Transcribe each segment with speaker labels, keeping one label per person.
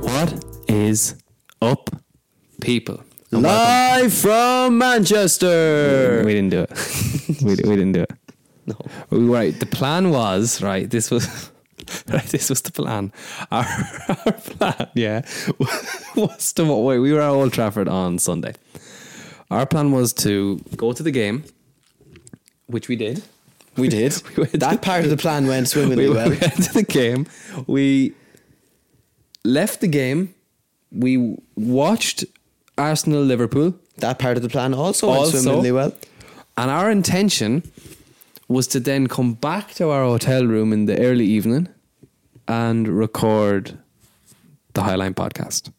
Speaker 1: What is up?
Speaker 2: people. And welcome-
Speaker 3: Live from Manchester.
Speaker 1: We didn't do it. we, we didn't do it.
Speaker 2: No.
Speaker 1: Right. The plan was right. This was right. This was the plan. Our, our plan, yeah, was to wait. We were at Old Trafford on Sunday. Our plan was to go to the game, which we did.
Speaker 3: We did.
Speaker 1: went-
Speaker 3: that part of the plan went swimmingly
Speaker 1: we,
Speaker 3: well.
Speaker 1: we went to the game. We left the game. We watched Arsenal Liverpool.
Speaker 3: That part of the plan also,
Speaker 1: Also-
Speaker 3: went swimmingly well.
Speaker 1: And our intention was to then come back to our hotel room in the early evening and record the Highline podcast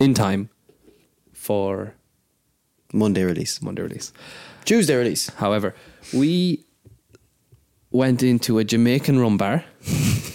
Speaker 1: in time for
Speaker 3: Monday release.
Speaker 1: Monday release.
Speaker 3: Tuesday release.
Speaker 1: However, we went into a Jamaican rum bar.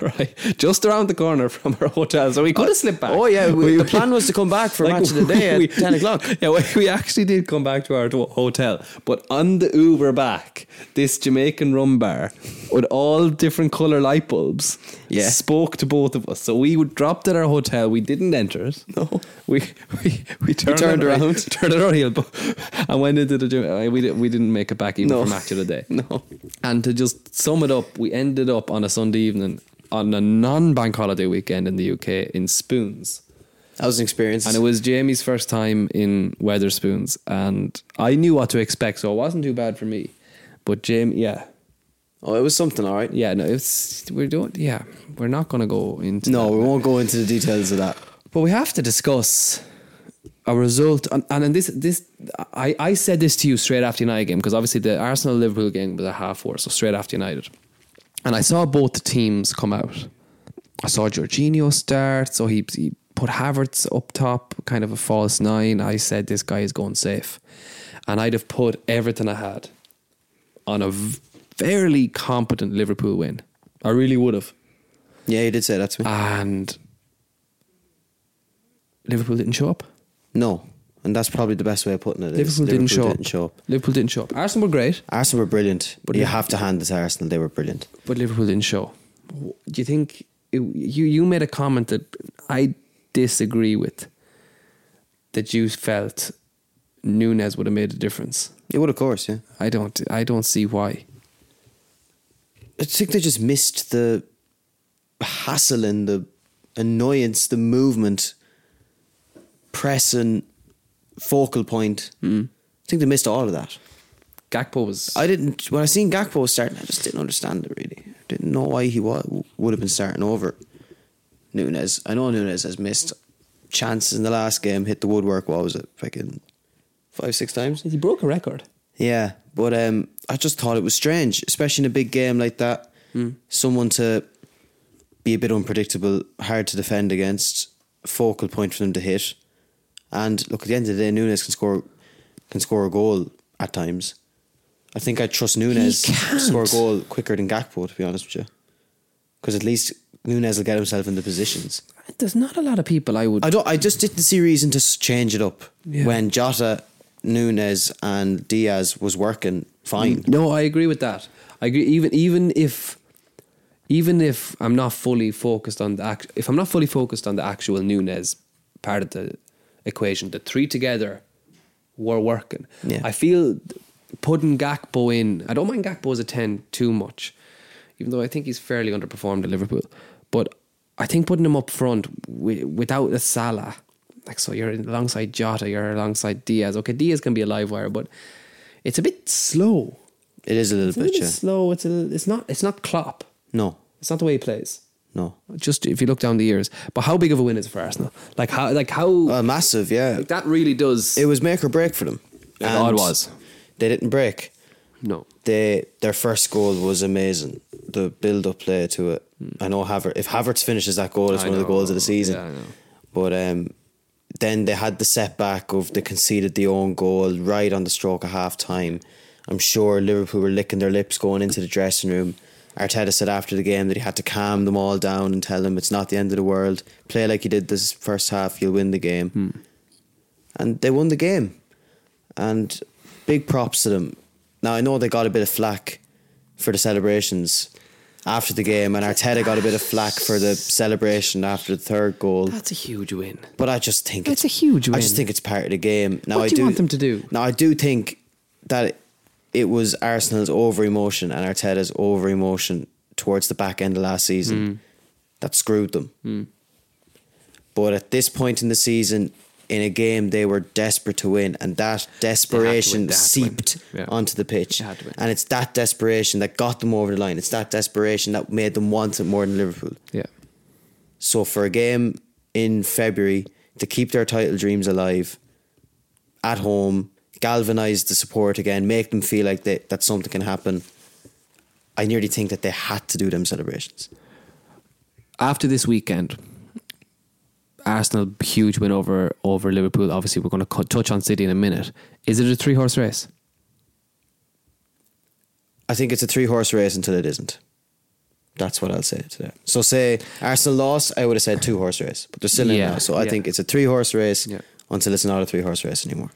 Speaker 1: right. Just around the corner from our hotel. So we could have slipped back.
Speaker 3: Oh yeah, we, the plan was to come back for match of the day at ten o'clock.
Speaker 1: Yeah, we, we actually did come back to our do- hotel, but on the Uber back, this Jamaican rum bar with all different color light bulbs
Speaker 3: Yeah.
Speaker 1: spoke to both of us. So we would- dropped at our hotel. We didn't enter it.
Speaker 3: No.
Speaker 1: we we, we turned,
Speaker 3: turned
Speaker 1: on our-
Speaker 3: around.
Speaker 1: turned on our heel, but and went into the gym. Uh, We didn't we didn't make it back even
Speaker 3: No.
Speaker 1: for match of the day.
Speaker 3: No.
Speaker 1: And to just sum it up, we ended up on a Sunday evening on a non-bank holiday weekend in the UK in Spoons.
Speaker 3: That was an experience.
Speaker 1: And it was Jamie's first time in Weatherspoons, and I knew what to expect, so it wasn't too bad for me. But Jamie, yeah,
Speaker 3: oh, it was something, all right.
Speaker 1: yeah, no, it's we're doing, yeah, we're not gonna go into
Speaker 3: No,
Speaker 1: that.
Speaker 3: we won't go into the details of that.
Speaker 1: but we have to discuss a result, and, and in this, this, I, I said this to you straight after United game because obviously the Arsenal Liverpool game was a half hour, so straight after United, and I saw both the teams come out. I saw Jorginho start, so he, he put Havertz up top, kind of a false nine. I said this guy is going safe, and I'd have put everything I had on a v- fairly competent Liverpool win. I really would have
Speaker 3: Yeah, you did say that to me.
Speaker 1: and Liverpool didn't show up.
Speaker 3: no, and that's probably the best way of putting it. is
Speaker 1: Liverpool, didn't, show
Speaker 3: didn't show up.
Speaker 1: up. Liverpool didn't show up. Arsenal were great,
Speaker 3: Arsenal were brilliant, but
Speaker 1: But
Speaker 3: you
Speaker 1: Liverpool-
Speaker 3: have to hand it to Arsenal. They were brilliant.
Speaker 1: but Liverpool didn't show. Do you think you you made a comment that I disagree with? That you felt Nunes would have made a difference.
Speaker 3: It would, of course, yeah.
Speaker 1: I don't. I don't see why.
Speaker 3: I think they just missed the hassle and the annoyance, the movement, pressing, focal point. Mm. I think they missed all of that.
Speaker 1: Gakpo was.
Speaker 3: I didn't when I seen Gakpo starting, I just didn't understand it really. Didn't know why he wa- would have been starting over Nunes. I know Nunes has missed chances in the last game. Hit the woodwork. What was it? Fucking five, six times.
Speaker 1: he broke a record.
Speaker 3: Yeah, but um, I just thought it was strange, especially in a big game like that.
Speaker 1: Hmm.
Speaker 3: Someone to be a bit unpredictable, hard to defend against, focal point for them to hit. And look, at the end of the day, Nunes can score can score a goal at times. I think I trust Nunes to
Speaker 1: can't.
Speaker 3: score a goal quicker than Gakpo, to be honest with you. Because at least Nunes will get himself in the positions.
Speaker 1: There's not a lot of people I would.
Speaker 3: I don't. I just didn't see reason to s- change it up
Speaker 1: Yeah.
Speaker 3: when Jota, Nunes, and Diaz was working fine.
Speaker 1: No, I agree with that. I agree. Even even if even if I'm not fully focused on the act, if I'm not fully focused on the actual Nunes part of the equation, the three together were working.
Speaker 3: Yeah.
Speaker 1: I feel putting Gakpo in. I don't mind Gakpo as a ten too much, even though I think he's fairly underperformed at Liverpool. But I think putting him up front wi- without a Salah, like so, you're alongside Jota, you're alongside Diaz. Okay, Diaz can be a live wire, but it's a bit slow.
Speaker 3: It is a little
Speaker 1: It's a
Speaker 3: bit.
Speaker 1: little
Speaker 3: Yeah.
Speaker 1: bit slow. It's a, it's not it's not Klopp.
Speaker 3: No,
Speaker 1: It's not the way he plays.
Speaker 3: no.
Speaker 1: Just if you look down the years. But how big of a win is it for Arsenal? Like how like how
Speaker 3: Well, massive. Yeah,
Speaker 1: like that really does
Speaker 3: it was make or break for them.
Speaker 1: Yeah, no, it
Speaker 3: And
Speaker 1: was.
Speaker 3: They didn't break.
Speaker 1: no.
Speaker 3: They their first goal was amazing. The build up play to it. I know Havertz. If Havertz finishes that goal, it's
Speaker 1: Hmm. I
Speaker 3: one of the
Speaker 1: know.
Speaker 3: goals of the season.
Speaker 1: Yeah, I know.
Speaker 3: But um, then they had the setback of they conceded the own goal right on the stroke of half time. I'm sure Liverpool were licking their lips going into the dressing room. Arteta said after the game that he had to calm them all down and tell them it's not the end of the world. Play like you did this first half, you'll win the game.
Speaker 1: Hmm.
Speaker 3: And they won the game. And big props to them. Now I know they got a bit of flack for the celebrations after the game, and Arteta got a bit of flack for the celebration after the third goal.
Speaker 1: That's a huge win.
Speaker 3: But I just think
Speaker 1: That's a huge
Speaker 3: I
Speaker 1: win.
Speaker 3: just think it's part of the game. Now
Speaker 1: What
Speaker 3: I
Speaker 1: do you want them to do?
Speaker 3: Now I do think that it, it was Arsenal's over emotion and Arteta's over emotion towards the back end of last
Speaker 1: Hmm.
Speaker 3: season that screwed them. But at this point in the season, in a game they were desperate to win, and that desperation
Speaker 1: they had to
Speaker 3: seeped
Speaker 1: win. Yeah.
Speaker 3: onto the pitch.
Speaker 1: They had to win.
Speaker 3: And it's that desperation that got them over the line. It's that desperation that made them want it more than Liverpool.
Speaker 1: Yeah.
Speaker 3: So for a game in February to keep their title dreams alive at home, galvanize the support again, make them feel like they, that something can happen. I nearly think that they had to do them celebrations.
Speaker 1: After this weekend, Arsenal huge win over over Liverpool. Obviously, we're going to touch on City in a minute. Is it a three horse race?
Speaker 3: I think it's a three horse race until it isn't. That's what I'll say today. So say Arsenal lost, I would have said two horse race, but they're still in
Speaker 1: Yeah,
Speaker 3: now. So I
Speaker 1: yeah.
Speaker 3: think it's a three horse race
Speaker 1: Yeah.
Speaker 3: until it's not a three horse race anymore.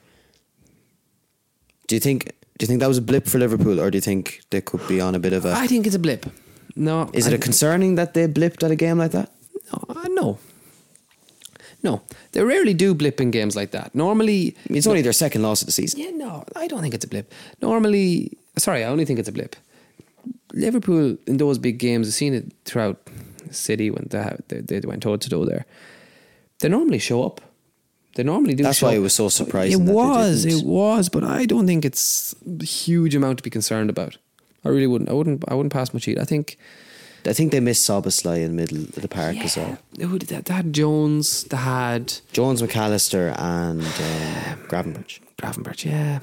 Speaker 3: Do you think? Do you think that was a blip for Liverpool, or do you think they could be on a bit of a?
Speaker 1: I think it's a blip. No,
Speaker 3: Is
Speaker 1: I
Speaker 3: it a concerning that they blipped at a game like that?
Speaker 1: Uh, no. No. They rarely do blip in games like that. Normally.
Speaker 3: I mean, it's only their second loss of the season.
Speaker 1: Yeah, no, I don't think it's a blip. Normally. Sorry, I only think it's a blip. Liverpool, in those big games, I've seen it throughout City when they, ha- they, they went toe to toe there. They normally show up. They normally do
Speaker 3: That's
Speaker 1: show
Speaker 3: why it
Speaker 1: up.
Speaker 3: was so surprising
Speaker 1: It
Speaker 3: that they
Speaker 1: was,
Speaker 3: didn't.
Speaker 1: it was, but I don't think it's a huge amount to be concerned about. I really wouldn't. I wouldn't. I wouldn't pass my sheet. I think
Speaker 3: I think they missed Soboslai in the middle of the park as well.
Speaker 1: Who did that? They had Jones. They had
Speaker 3: Jones, McAllister, and um, Gravenberch.
Speaker 1: Gravenberch. Yeah,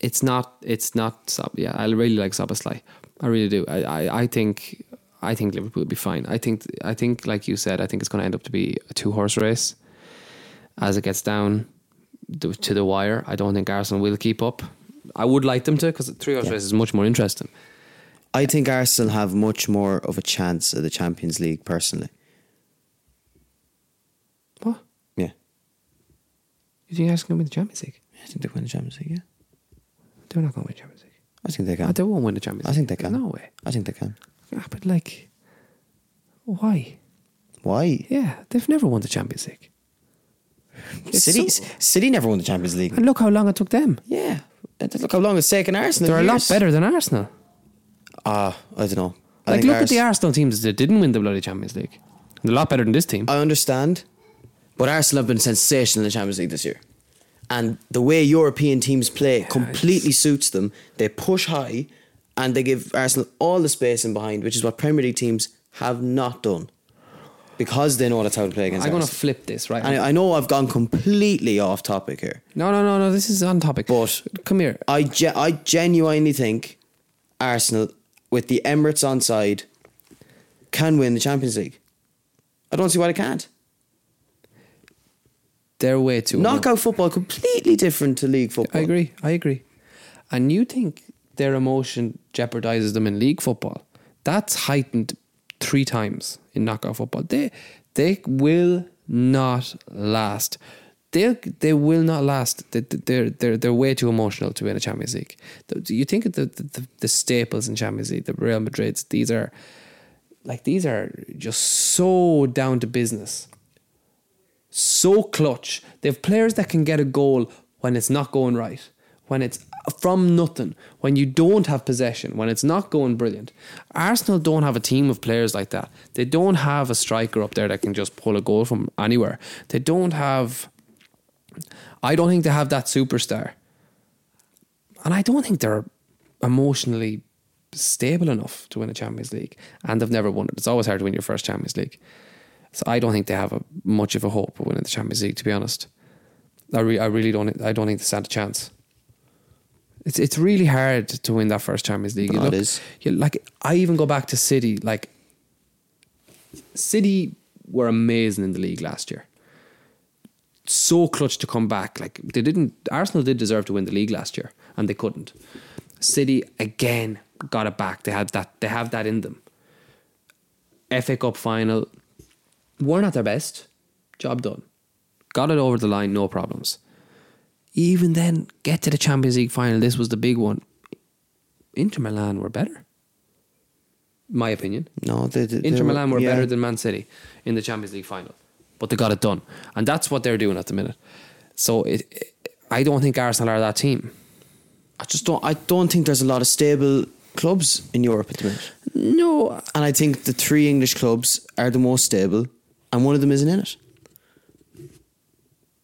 Speaker 1: it's not. It's not. Sob- Yeah, I really like Soboslai. I really do. I, I, I think. I think Liverpool will be fine. I think. I think, like you said, I think it's going to end up to be a two horse race. As it gets down th- to the wire, I don't think Arsenal will keep up. I would like them to because three horse race is much more interesting.
Speaker 3: I think Arsenal have much more of a chance of the Champions League personally.
Speaker 1: What?
Speaker 3: Yeah.
Speaker 1: You think Arsenal going to win the Champions League?
Speaker 3: I think they win the Champions League, yeah.
Speaker 1: They're not going to win the Champions League.
Speaker 3: I think they
Speaker 1: Ah,
Speaker 3: can.
Speaker 1: they won't win the Champions
Speaker 3: I think they
Speaker 1: League.
Speaker 3: can.
Speaker 1: No way.
Speaker 3: I think they can.
Speaker 1: Ah, but like, why?
Speaker 3: Why?
Speaker 1: Yeah, they've never won the Champions League. It's
Speaker 3: City,
Speaker 1: so-
Speaker 3: City never won the Champions League.
Speaker 1: and look how long it took them.
Speaker 3: Yeah. And Look how long it's taken Arsenal.
Speaker 1: They're a lot
Speaker 3: years.
Speaker 1: better than Arsenal.
Speaker 3: Ah, I don't know. I
Speaker 1: Like,
Speaker 3: think
Speaker 1: look at
Speaker 3: Ars-
Speaker 1: the Arsenal teams that didn't win the bloody Champions League. They're a lot better than this team.
Speaker 3: I understand, but Arsenal have been sensational in the Champions League this year. And the way European teams play completely suits them. They push high and they give Arsenal all the space in behind, which is what Premier League teams have not done because they know that's how to play against
Speaker 1: I'm going to
Speaker 3: Arsenal.
Speaker 1: flip this, right?
Speaker 3: and I I know I've gone completely off topic here.
Speaker 1: no, no, no, no. This is on topic.
Speaker 3: But-
Speaker 1: come here.
Speaker 3: I, ge- I genuinely think Arsenal, with the Emirates on side, can win the Champions League. I don't see why they can't.
Speaker 1: They're way too.
Speaker 3: Knockout football completely different to league
Speaker 1: I
Speaker 3: football.
Speaker 1: agree. I agree. And you think their emotion jeopardizes them in league football? That's heightened three times in knockout football. They they will not last. They they will not last. They- They're they're they're way too emotional to win a Champions League. The- You think of the the, the staples in Champions League, the Real Madrids. These are like these are just so down to business so clutch. They have players that can get a goal when it's not going right, when it's from nothing, when you don't have possession, when it's not going brilliant. Arsenal don't have a team of players like that. They don't have a striker up there that can just pull a goal from anywhere. They don't have. I don't think they have that superstar. And I don't think they're emotionally stable enough to win a Champions League. And they've never won it. It's always hard to win your first Champions League. So I don't think they have a, much of a hope of winning the Champions League, to be honest. I, re- I really don't. I don't think they stand a chance. It's it's really hard to win that first Champions League. You
Speaker 3: No, it is.
Speaker 1: You, like I even go back to City. Like City were amazing in the league last year. So clutch to come back. Like they didn't. Arsenal did deserve to win the league last year, and they couldn't. City again got it back. They had that. They have that in them. FA Cup final. We're not their best. Job done. Got it over the line, no problems. Even then, get to the Champions League final. This was the big one. Inter Milan were better. my opinion.
Speaker 3: No, they, they, they
Speaker 1: Inter Milan were
Speaker 3: yeah.
Speaker 1: better than Man City in the Champions League final, but they got it done, and that's what they're doing at the minute. So it, it- I don't think Arsenal are that team.
Speaker 3: I just don't. I don't think there's a lot of stable clubs in Europe at the minute,
Speaker 1: No,
Speaker 3: and I think the three English clubs are the most stable, and one of them isn't in it.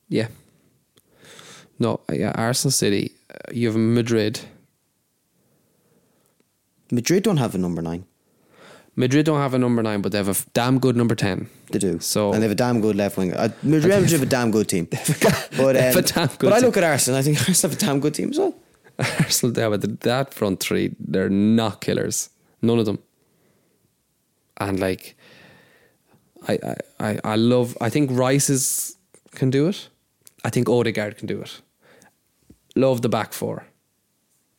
Speaker 1: yeah, no, yeah. Arsenal, City, uh, you have Madrid.
Speaker 3: Madrid don't have a number nine.
Speaker 1: Madrid don't have a number nine, but they have a f- damn good number ten.
Speaker 3: They do.
Speaker 1: So-
Speaker 3: and they have a damn good left winger. Uh, Madrid have a damn good team. But, um,
Speaker 1: have a damn good
Speaker 3: but I
Speaker 1: team.
Speaker 3: look at Arsenal. I think Arsenal have a damn good team as well.
Speaker 1: Arsenal, they have a- that front three. They're not killers, none of them. And like, I I I, I love. I think Rice is, can do it. I think Odegaard can do it. Love the back four,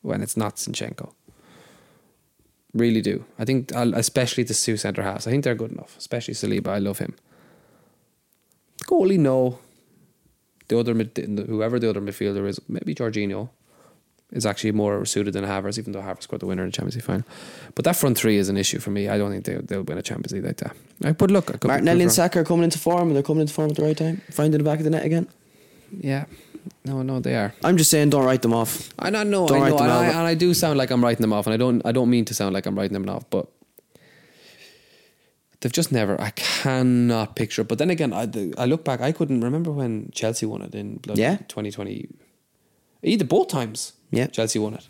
Speaker 1: when it's not Sinchenko. Really do. I think I'll- especially the two centre halves. I think they're good enough. Especially Saliba, I love him. Goalie, no. The other mid, whoever the other midfielder is, maybe Jorginho is actually more suited than Havertz, even though Havertz scored the winner in the Champions League final. But that front three is an issue for me. I don't think they, they'll win a Champions League like that. Like, but look, I could be
Speaker 3: Martinelli and
Speaker 1: proved wrong.
Speaker 3: Saka are coming into form, and they're coming into form at the right time. Finding the back of the net again.
Speaker 1: yeah, no, no, they are.
Speaker 3: I'm just saying, don't write them off.
Speaker 1: I know, I know,
Speaker 3: Don't
Speaker 1: I
Speaker 3: write
Speaker 1: know,
Speaker 3: them
Speaker 1: and I,
Speaker 3: off.
Speaker 1: and I do sound like I'm writing them off, and I don't, I don't mean to sound like I'm writing them off, but they've just never. I cannot picture. it. But then again, I, the- I look back, I couldn't remember when Chelsea won it in bloody
Speaker 3: Yeah.
Speaker 1: 2020. Either both times,
Speaker 3: Yeah.
Speaker 1: Chelsea won it.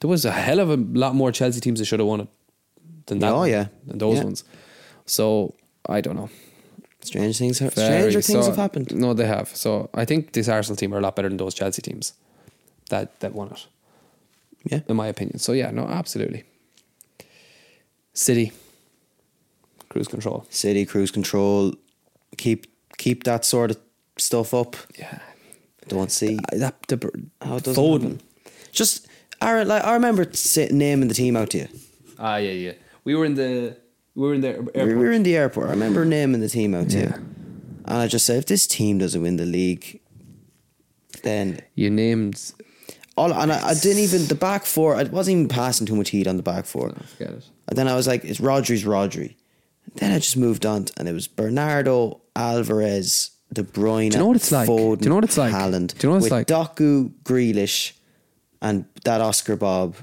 Speaker 1: There was a hell of a lot more Chelsea teams that should have won it than that.
Speaker 3: Oh,
Speaker 1: one,
Speaker 3: yeah.
Speaker 1: than those
Speaker 3: Yeah.
Speaker 1: ones. So I don't know.
Speaker 3: Strange things. Have,
Speaker 1: Very.
Speaker 3: stranger things
Speaker 1: So-
Speaker 3: have happened.
Speaker 1: No, they have. So I think this Arsenal team are a lot better than those Chelsea teams that that won it,
Speaker 3: Yeah.
Speaker 1: in my opinion. So yeah, no, absolutely. City, cruise control.
Speaker 3: City cruise control. Keep keep that sort of stuff up.
Speaker 1: Yeah,
Speaker 3: Don't see
Speaker 1: that the
Speaker 3: how it does
Speaker 1: Foden.
Speaker 3: Just I, like, I remember sa- naming the team out to you.
Speaker 1: Ah, yeah, yeah. We were in the we were in the airport.
Speaker 3: We were in the airport. I remember naming the team out to you, and I just said, if this team doesn't win the league, then
Speaker 1: You named.
Speaker 3: all. And I, I didn't even the back four. I wasn't even passing too much heat on the back four.
Speaker 1: Forget it.
Speaker 3: And then I was like, it's Rodri's Rodri. And then I just moved on, and it was Bernardo, Alvarez, De Bruyne.
Speaker 1: you know what it's like?
Speaker 3: Foden,
Speaker 1: Do you know what it's like?
Speaker 3: Haaland.
Speaker 1: Do you know what it's
Speaker 3: with
Speaker 1: like?
Speaker 3: Doku, Grealish, and that Oscar Bob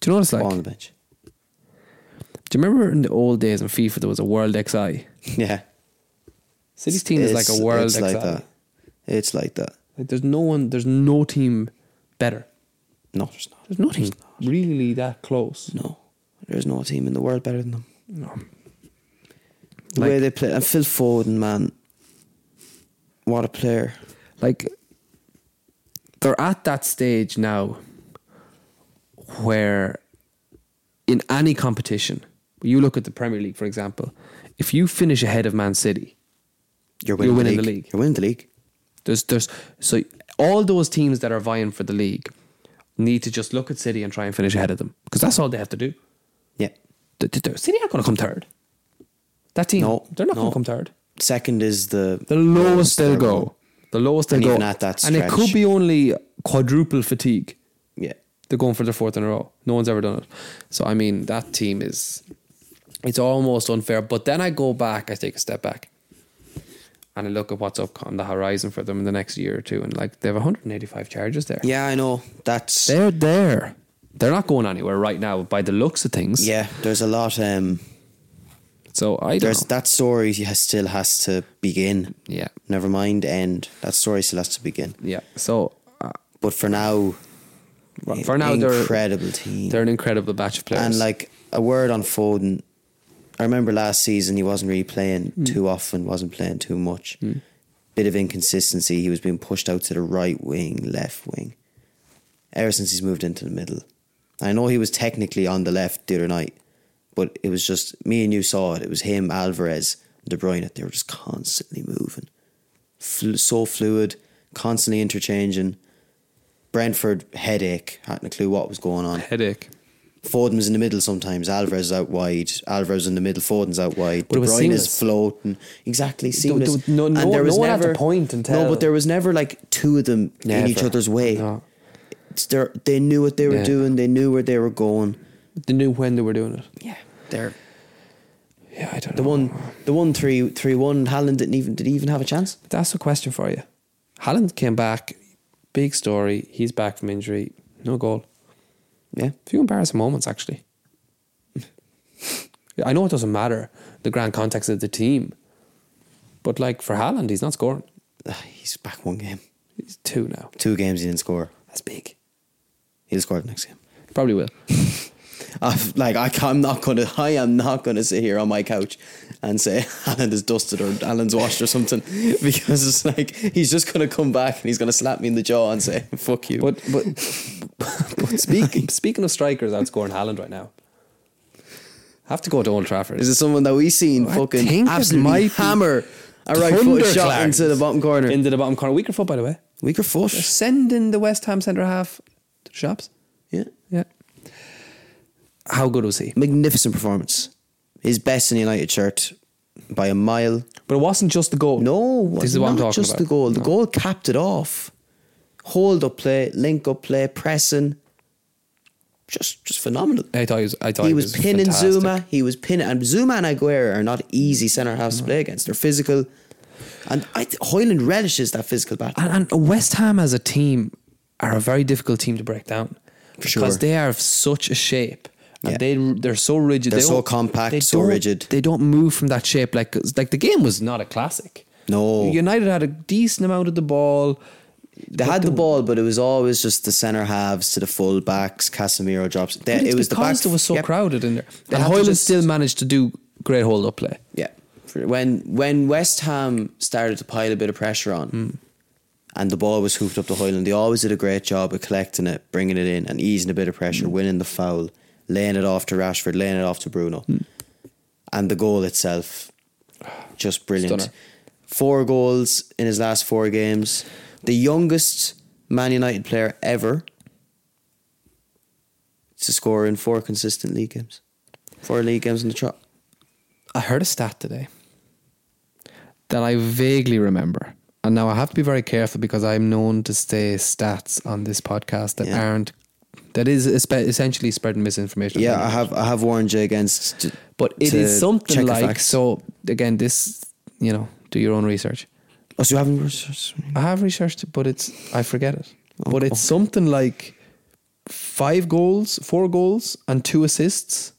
Speaker 1: Do you know what it's like?
Speaker 3: on the bench.
Speaker 1: Do you remember in the old days in FIFA there was a World XI?
Speaker 3: Yeah,
Speaker 1: City's team is like a World
Speaker 3: It's
Speaker 1: XI.
Speaker 3: like that. It's like that.
Speaker 1: Like, there's no one. There's no team better.
Speaker 3: No, there's not.
Speaker 1: There's no team really that close.
Speaker 3: No, there's no team in the world better than them.
Speaker 1: No.
Speaker 3: The
Speaker 1: Like-
Speaker 3: way they play, and Phil Foden, man, what a player!
Speaker 1: Like they're at that stage now where in any competition, you look at the Premier League, for example, if you finish ahead of Man City,
Speaker 3: You're
Speaker 1: winning
Speaker 3: winning,
Speaker 1: You're winning the the league. league.
Speaker 3: You're winning the league.
Speaker 1: there's there's so all those teams that are vying for the league need to just look at City and try and finish ahead of them. Because that's all they have to do.
Speaker 3: Yeah,
Speaker 1: The- the- the- City aren't gonna come third. That team
Speaker 3: No,
Speaker 1: they're not
Speaker 3: no.
Speaker 1: gonna come third.
Speaker 3: second is the
Speaker 1: The lowest they'll
Speaker 3: third one.
Speaker 1: go. The lowest they'll
Speaker 3: And
Speaker 1: go.
Speaker 3: even at that
Speaker 1: and it
Speaker 3: stretch-
Speaker 1: could be only quadruple fatigue.
Speaker 3: Yeah,
Speaker 1: They're going for their fourth in a row. No one's ever done it. So I mean that team is it's almost unfair. But then I go back, I take a step back. And I look at what's up on the horizon for them in the next year or two, and like they have 185 charges there.
Speaker 3: yeah, I know. That's
Speaker 1: They're there. They're not going anywhere right now by the looks of things.
Speaker 3: yeah. There's a lot. Um,
Speaker 1: So I don't
Speaker 3: there's
Speaker 1: know.
Speaker 3: that story has, still has to begin.
Speaker 1: Yeah.
Speaker 3: Never mind end. That story still has to begin.
Speaker 1: Yeah. So uh,
Speaker 3: But for now,
Speaker 1: for now they're
Speaker 3: incredible team.
Speaker 1: They're an incredible batch of players.
Speaker 3: And like a word on Foden, I remember last season he wasn't really playing too often, wasn't playing too much. Bit of inconsistency. He was being pushed out to the right wing, left wing. Ever since he's moved into the middle, I know he was technically on the left the other night, but it was just me and you saw it. It was him, Alvarez, De Bruyne. They were just constantly moving, Flu so fluid, constantly interchanging. Brentford headache, hadn't a clue what was going on.
Speaker 1: headache.
Speaker 3: Foden was in the middle sometimes. Alvarez is out wide. Alvarez is in the middle. Foden's out wide.
Speaker 1: But it
Speaker 3: De
Speaker 1: was
Speaker 3: Bruyne
Speaker 1: seamless.
Speaker 3: is floating. Exactly seamless.
Speaker 1: there was- no- no- no one had to point and tell.
Speaker 3: No, but there was never like two of them in each
Speaker 1: Never.
Speaker 3: other's way.
Speaker 1: No.
Speaker 3: It's their- they knew what they were
Speaker 1: Yeah.
Speaker 3: doing. They knew where they were going.
Speaker 1: They knew when they were doing it.
Speaker 3: Yeah, they're
Speaker 1: Yeah, I don't
Speaker 3: the
Speaker 1: know.
Speaker 3: one, the one three three one. Haaland didn't even did he even have a chance?
Speaker 1: That's a question for you. Haaland came back, big story. He's back from injury, no goal.
Speaker 3: Yeah,
Speaker 1: few embarrassing moments actually. I know it doesn't matter the grand context of the team, but like for Haaland, he's not scoring.
Speaker 3: Ah, he's back one game,
Speaker 1: He's two now.
Speaker 3: two games he didn't score.
Speaker 1: That's big.
Speaker 3: He'll score the next game.
Speaker 1: Probably will.
Speaker 3: I've, like I can, I'm not gonna I am not gonna sit here on my couch and say Alan is dusted or Alan's washed or something because it's like he's just gonna come back and he's gonna slap me in the jaw and say fuck you.
Speaker 1: But but, but speaking speaking of strikers outscoring Haaland right now, have to go to Old Trafford.
Speaker 3: is it someone that we seen
Speaker 1: I
Speaker 3: fucking
Speaker 1: think it
Speaker 3: absolutely
Speaker 1: might be
Speaker 3: hammer a right foot shot
Speaker 1: Thunderclap.
Speaker 3: into the bottom corner?
Speaker 1: Into the bottom corner. Weaker foot, by the way.
Speaker 3: Weaker
Speaker 1: They're
Speaker 3: foot.
Speaker 1: sending the West Ham centre half to the shops.
Speaker 3: Yeah,
Speaker 1: Yeah. How good was he?
Speaker 3: magnificent performance. His best in the United shirt by a mile.
Speaker 1: But it wasn't just the goal.
Speaker 3: No,
Speaker 1: This is what
Speaker 3: not
Speaker 1: I'm talking
Speaker 3: just
Speaker 1: about.
Speaker 3: the goal. The
Speaker 1: No.
Speaker 3: goal capped it off. Hold up play, link up play, pressing. Just just phenomenal.
Speaker 1: I thought he was. I thought
Speaker 3: He was pinning
Speaker 1: fantastic.
Speaker 3: Zuma. He was pinning and Zuma and Aguero are not easy centre halves to play against. They're physical. And I th- Hoyland relishes that physical battle.
Speaker 1: And, and West Ham as a team are a very difficult team to break down because
Speaker 3: sure.
Speaker 1: they are of such a shape. And
Speaker 3: Yeah.
Speaker 1: they they're so rigid.
Speaker 3: They're
Speaker 1: they
Speaker 3: so
Speaker 1: don't-
Speaker 3: compact,
Speaker 1: they
Speaker 3: so
Speaker 1: don't-
Speaker 3: rigid.
Speaker 1: They don't move from that shape. Like like the game was not a classic.
Speaker 3: No.
Speaker 1: United had a decent amount of the ball.
Speaker 3: They had the ball, but it was always just the centre halves to the full backs. Casemiro drops. They, it was the
Speaker 1: because
Speaker 3: back.
Speaker 1: it was so
Speaker 3: Yep.
Speaker 1: crowded in there.
Speaker 3: They
Speaker 1: and
Speaker 3: had to
Speaker 1: Hoyland
Speaker 3: just-
Speaker 1: still managed to do great hold up play.
Speaker 3: Yeah. For- When when West Ham started to pile a bit of pressure on and the ball was hoofed up to Hoyland, they always did a great job of collecting it, bringing it in and easing a bit of pressure, winning the foul, laying it off to Rashford, laying it off to Bruno. And the goal itself, just brilliant.
Speaker 1: Stunner.
Speaker 3: Four goals in his last four games. The youngest Man United player ever to score in four consistent league games. Four league games in the trot.
Speaker 1: I heard a stat today that I vaguely remember. And now I have to be very careful because I'm known to say stats on this podcast that
Speaker 3: Yeah.
Speaker 1: aren't that is espe- essentially spreading misinformation.
Speaker 3: Yeah, I have I have warned you against. t-
Speaker 1: but it
Speaker 3: to
Speaker 1: is something
Speaker 3: check the
Speaker 1: like
Speaker 3: facts.
Speaker 1: so. Again, this you know, do your own research.
Speaker 3: Oh, so you haven't researched?
Speaker 1: I have researched it, but it's I forget it. But it's
Speaker 3: Oh.
Speaker 1: something like five goals, four goals, and two assists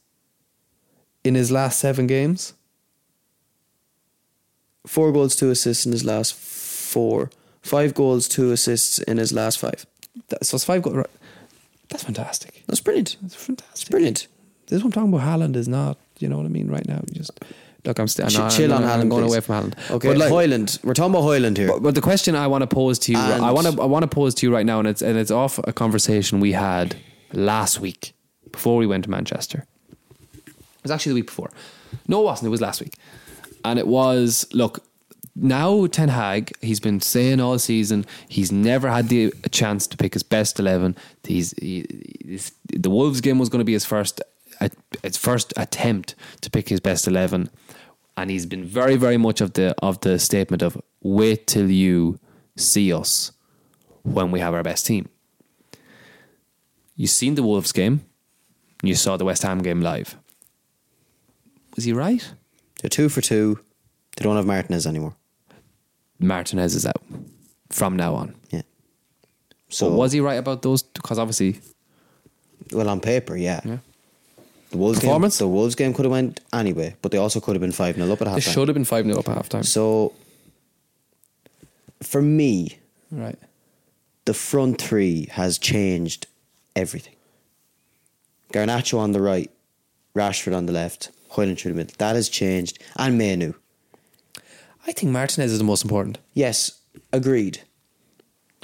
Speaker 1: in his last seven games.
Speaker 3: Four goals, two assists in his last four. Five goals, two assists in his last five.
Speaker 1: That, so it's five goals. That's fantastic.
Speaker 3: That's brilliant.
Speaker 1: That's fantastic.
Speaker 3: Brilliant.
Speaker 1: This is what I'm talking about. Haaland is not, you know what I mean, right now. Just look, I'm still
Speaker 3: Ch- chill on Haaland,
Speaker 1: I'm going
Speaker 3: please.
Speaker 1: away from Haaland.
Speaker 3: Okay,
Speaker 1: but, like-
Speaker 3: Hoyland. We're talking about Hoyland here.
Speaker 1: but, but the question I want to pose to you,
Speaker 3: And-
Speaker 1: I want to, I want to pose to you right now, and it's and it's off a conversation we had last week before we went to Manchester. It was actually the week before. No, it wasn't. It was last week, and it was look. Now Ten Hag, he's been saying all season he's never had the a chance to pick his best eleven. He's he, he's- the Wolves game was going to be his first at- his first attempt to pick his best eleven, and he's been very very much of the of the statement of wait till you see us when we have our best team. You seen the Wolves game, you saw the West Ham game live. Was he right?
Speaker 3: They're two for two. They don't have Martinez anymore.
Speaker 1: Martinez is out from now on.
Speaker 3: Yeah. So
Speaker 1: So
Speaker 3: Oh.
Speaker 1: was he right about those? Because obviously,
Speaker 3: well on paper, yeah.
Speaker 1: Yeah.
Speaker 3: The Wolves
Speaker 1: Performance?
Speaker 3: game. The Wolves game could have went anyway, but they also could have been five 0 up at
Speaker 1: they
Speaker 3: half time.
Speaker 1: should have been five 0 up at halftime.
Speaker 3: So for me,
Speaker 1: right?
Speaker 3: the front three has changed everything. Garnacho on the right, Rashford on the left, Hoyland through the middle. That has changed. And Menu.
Speaker 1: I think Martinez is the most important.
Speaker 3: Yes, agreed.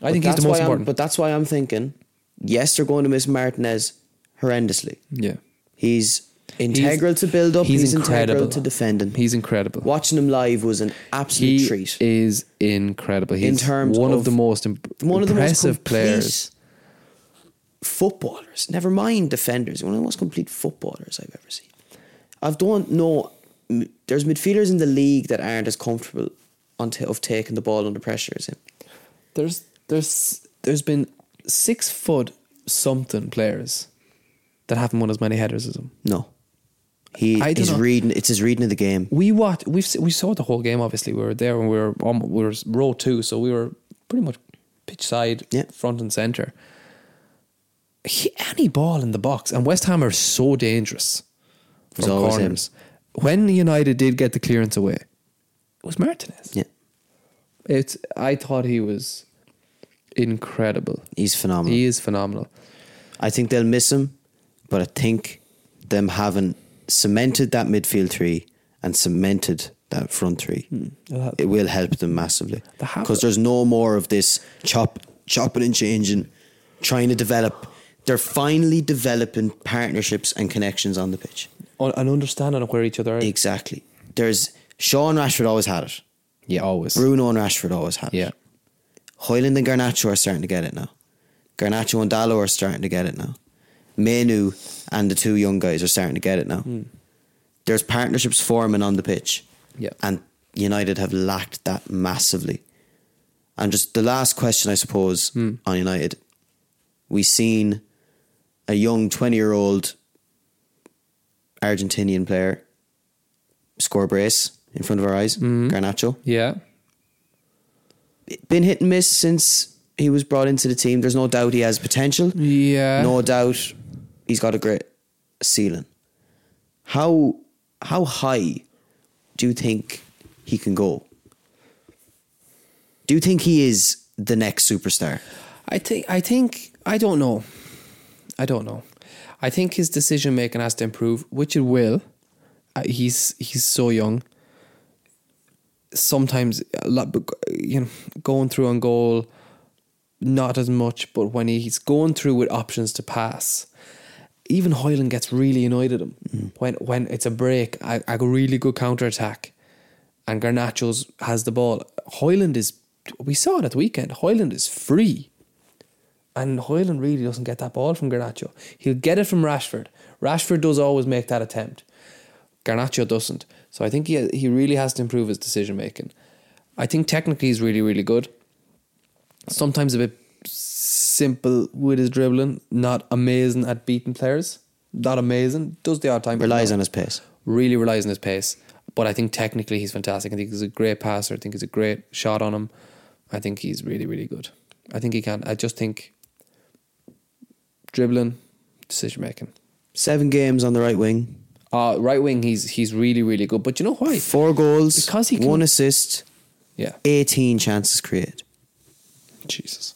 Speaker 1: I think he's the
Speaker 3: that's
Speaker 1: most
Speaker 3: why I'm-
Speaker 1: important.
Speaker 3: But that's why I'm thinking, yes, they're going to miss Martinez horrendously.
Speaker 1: yeah,
Speaker 3: He's integral to build up, he's, integral to defending.
Speaker 1: He's incredible.
Speaker 3: Watching him live was an absolute
Speaker 1: he
Speaker 3: treat.
Speaker 1: is incredible. He's
Speaker 3: terms
Speaker 1: one of,
Speaker 3: of-
Speaker 1: the most imp-
Speaker 3: one of the most
Speaker 1: impressive
Speaker 3: complete
Speaker 1: players.
Speaker 3: Footballers, never mind defenders. One of the most complete footballers I've ever seen. I don't know. m- There's midfielders in the league that aren't as comfortable on ta- of taking the ball under pressure as him.
Speaker 1: There's there's there's been six foot something players that haven't won as many headers as him.
Speaker 3: No. He
Speaker 1: I don't
Speaker 3: he's
Speaker 1: know.
Speaker 3: reading it's his reading of the game.
Speaker 1: We watched. We we saw the whole game. Obviously, we were there and we were on, we were row two, so we were pretty much pitch side,
Speaker 3: Yeah.
Speaker 1: front and center. He, any ball in the box, and West Ham are so dangerous
Speaker 3: was
Speaker 1: from
Speaker 3: always him.
Speaker 1: corners. When United did get the clearance away, it was Martinez.
Speaker 3: Yeah.
Speaker 1: It's. I thought he was incredible.
Speaker 3: He's phenomenal.
Speaker 1: He is phenomenal.
Speaker 3: I think they'll miss him, but I think them having cemented that midfield three and cemented that front three,
Speaker 1: It'll help.
Speaker 3: it will help them massively.
Speaker 1: Hmm, They have
Speaker 3: Because
Speaker 1: it.
Speaker 3: there's no more of this chop, chopping and changing, trying to develop. They're finally developing partnerships and connections on the pitch.
Speaker 1: Un- An understanding of where each other are.
Speaker 3: Exactly. There's Sean Rashford always had it.
Speaker 1: yeah, always.
Speaker 3: Bruno and Rashford always had it.
Speaker 1: Yeah.
Speaker 3: Hoyland and Garnacho are starting to get it now. Garnacho and Dallo are starting to get it now. Menu and the two young guys are starting to get it now. There's partnerships forming on the pitch.
Speaker 1: Yeah.
Speaker 3: And United have lacked that massively. And just the last question, I suppose, on United. We seen a young 20 year old Argentinian player score a brace in front of our eyes, Garnacho
Speaker 1: Yeah.
Speaker 3: been hit and miss since he was brought into the team. There's no doubt he has potential.
Speaker 1: Yeah.
Speaker 3: No doubt he's got a great ceiling. How how high do you think he can go? Do you think he is the next superstar?
Speaker 1: I think I think I don't know. I don't know. I think his decision making has to improve, which it will. Uh, He's he's so young. Sometimes a lot, you know, going through on goal, not as much. But when he's going through with options to pass, even Hoyland gets really annoyed at him when when it's a break, a, a really good counter attack, and Garnacho's has the ball. Hoyland is, we saw it at the weekend. Hoyland is free, and Hoyland really doesn't get that ball from Garnacho. He'll get it from Rashford. Rashford does always make that attempt. Garnacho doesn't. So I think he he really has to improve his decision making. I think technically he's really really good sometimes a bit simple with his dribbling, not amazing at beating players. Not amazing. Does the odd time. but
Speaker 3: Relies
Speaker 1: not-
Speaker 3: on his pace.
Speaker 1: Really relies on his pace. But I think technically he's fantastic. I think he's a great passer. I think he's a great shot on him. I think he's really, really good. I think he can. I just think dribbling, decision making.
Speaker 3: Seven games on the right wing,
Speaker 1: Uh, right wing, he's he's really, really good. But you know why?
Speaker 3: four goals,
Speaker 1: Because he can-
Speaker 3: one assist,
Speaker 1: Yeah.
Speaker 3: 18 chances created
Speaker 1: Jesus.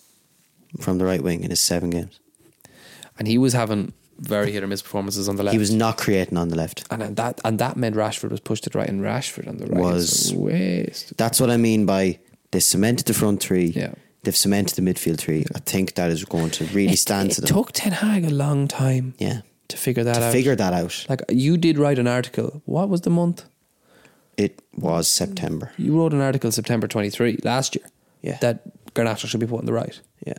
Speaker 3: from the right wing in his seven games.
Speaker 1: And he was having very hit or miss performances on the left.
Speaker 3: He was not creating on the left.
Speaker 1: And then that and that meant Rashford was pushed to the right, and Rashford on the right
Speaker 3: Was-
Speaker 1: was waste.
Speaker 3: That's what I mean by they cemented the front three.
Speaker 1: Yeah.
Speaker 3: They've cemented the midfield three. I think that is going to really stand
Speaker 1: it,
Speaker 3: to
Speaker 1: it
Speaker 3: them.
Speaker 1: took Ten Hag a long time
Speaker 3: yeah.
Speaker 1: to figure that
Speaker 3: To
Speaker 1: out.
Speaker 3: figure that out.
Speaker 1: like you did write an article. What was the month?
Speaker 3: It was September.
Speaker 1: You wrote an article September twenty three last year.
Speaker 3: Yeah.
Speaker 1: That Garnacho should be put on the right.
Speaker 3: Yeah.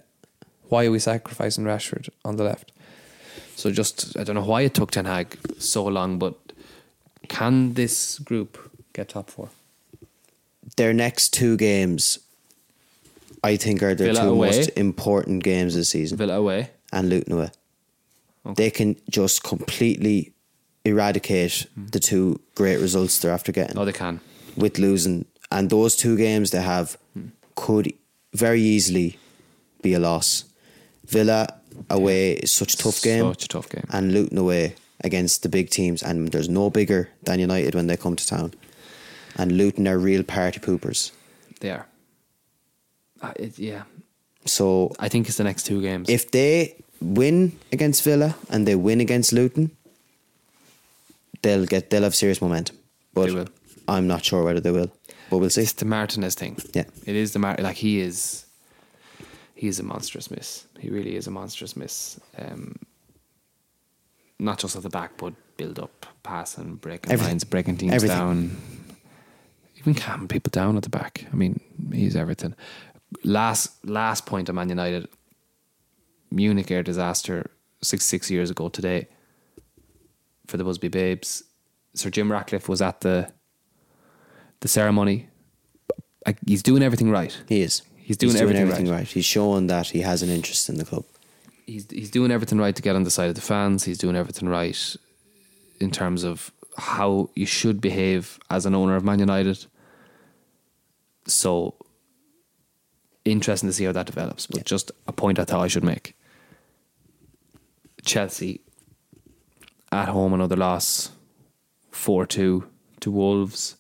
Speaker 1: Why are we sacrificing Rashford on the left? So just I don't know why it took Ten Hag so long, but can this group get top four?
Speaker 3: Their next two games, I think, are their
Speaker 1: Villa
Speaker 3: two
Speaker 1: away.
Speaker 3: most important games this season.
Speaker 1: Villa away.
Speaker 3: and Luton away. They can just completely eradicate the two great results they're after getting.
Speaker 1: No, they can.
Speaker 3: with losing. And those two games they have could very easily be a loss. Villa away is such a tough game.
Speaker 1: Such a tough game.
Speaker 3: And Luton away against the big teams. And there's no bigger than United when they come to town. And Luton are real party poopers.
Speaker 1: They are. Uh, it, yeah,
Speaker 3: So
Speaker 1: I think it's the next two games.
Speaker 3: if they win against Villa and they win against Luton, they'll get they'll have serious momentum. But
Speaker 1: They will.
Speaker 3: I'm not sure whether they will. But we'll see.
Speaker 1: it's the Martinez thing.
Speaker 3: Yeah.
Speaker 1: It is the Martin. Like he is, he is a monstrous miss. He really is a monstrous miss. Um, not just at the back, but build up, passing, breaking
Speaker 3: Everything.
Speaker 1: lines, breaking teams
Speaker 3: Everything.
Speaker 1: down, even calming people down at the back. I mean, he's everything. Last last point on Man United. Munich air disaster six six years ago today. For the Busby Babes, Sir Jim Ratcliffe was at the the ceremony. Like, he's doing everything right.
Speaker 3: He is.
Speaker 1: He's doing everything right.
Speaker 3: He's showing that he has an interest in the club.
Speaker 1: he's he's doing everything right to get on the side of the fans. He's doing everything right in terms of how you should behave as an owner of Man United. So interesting to see how that develops. But just a point I thought I should make. Chelsea at home another loss, four two to Wolves.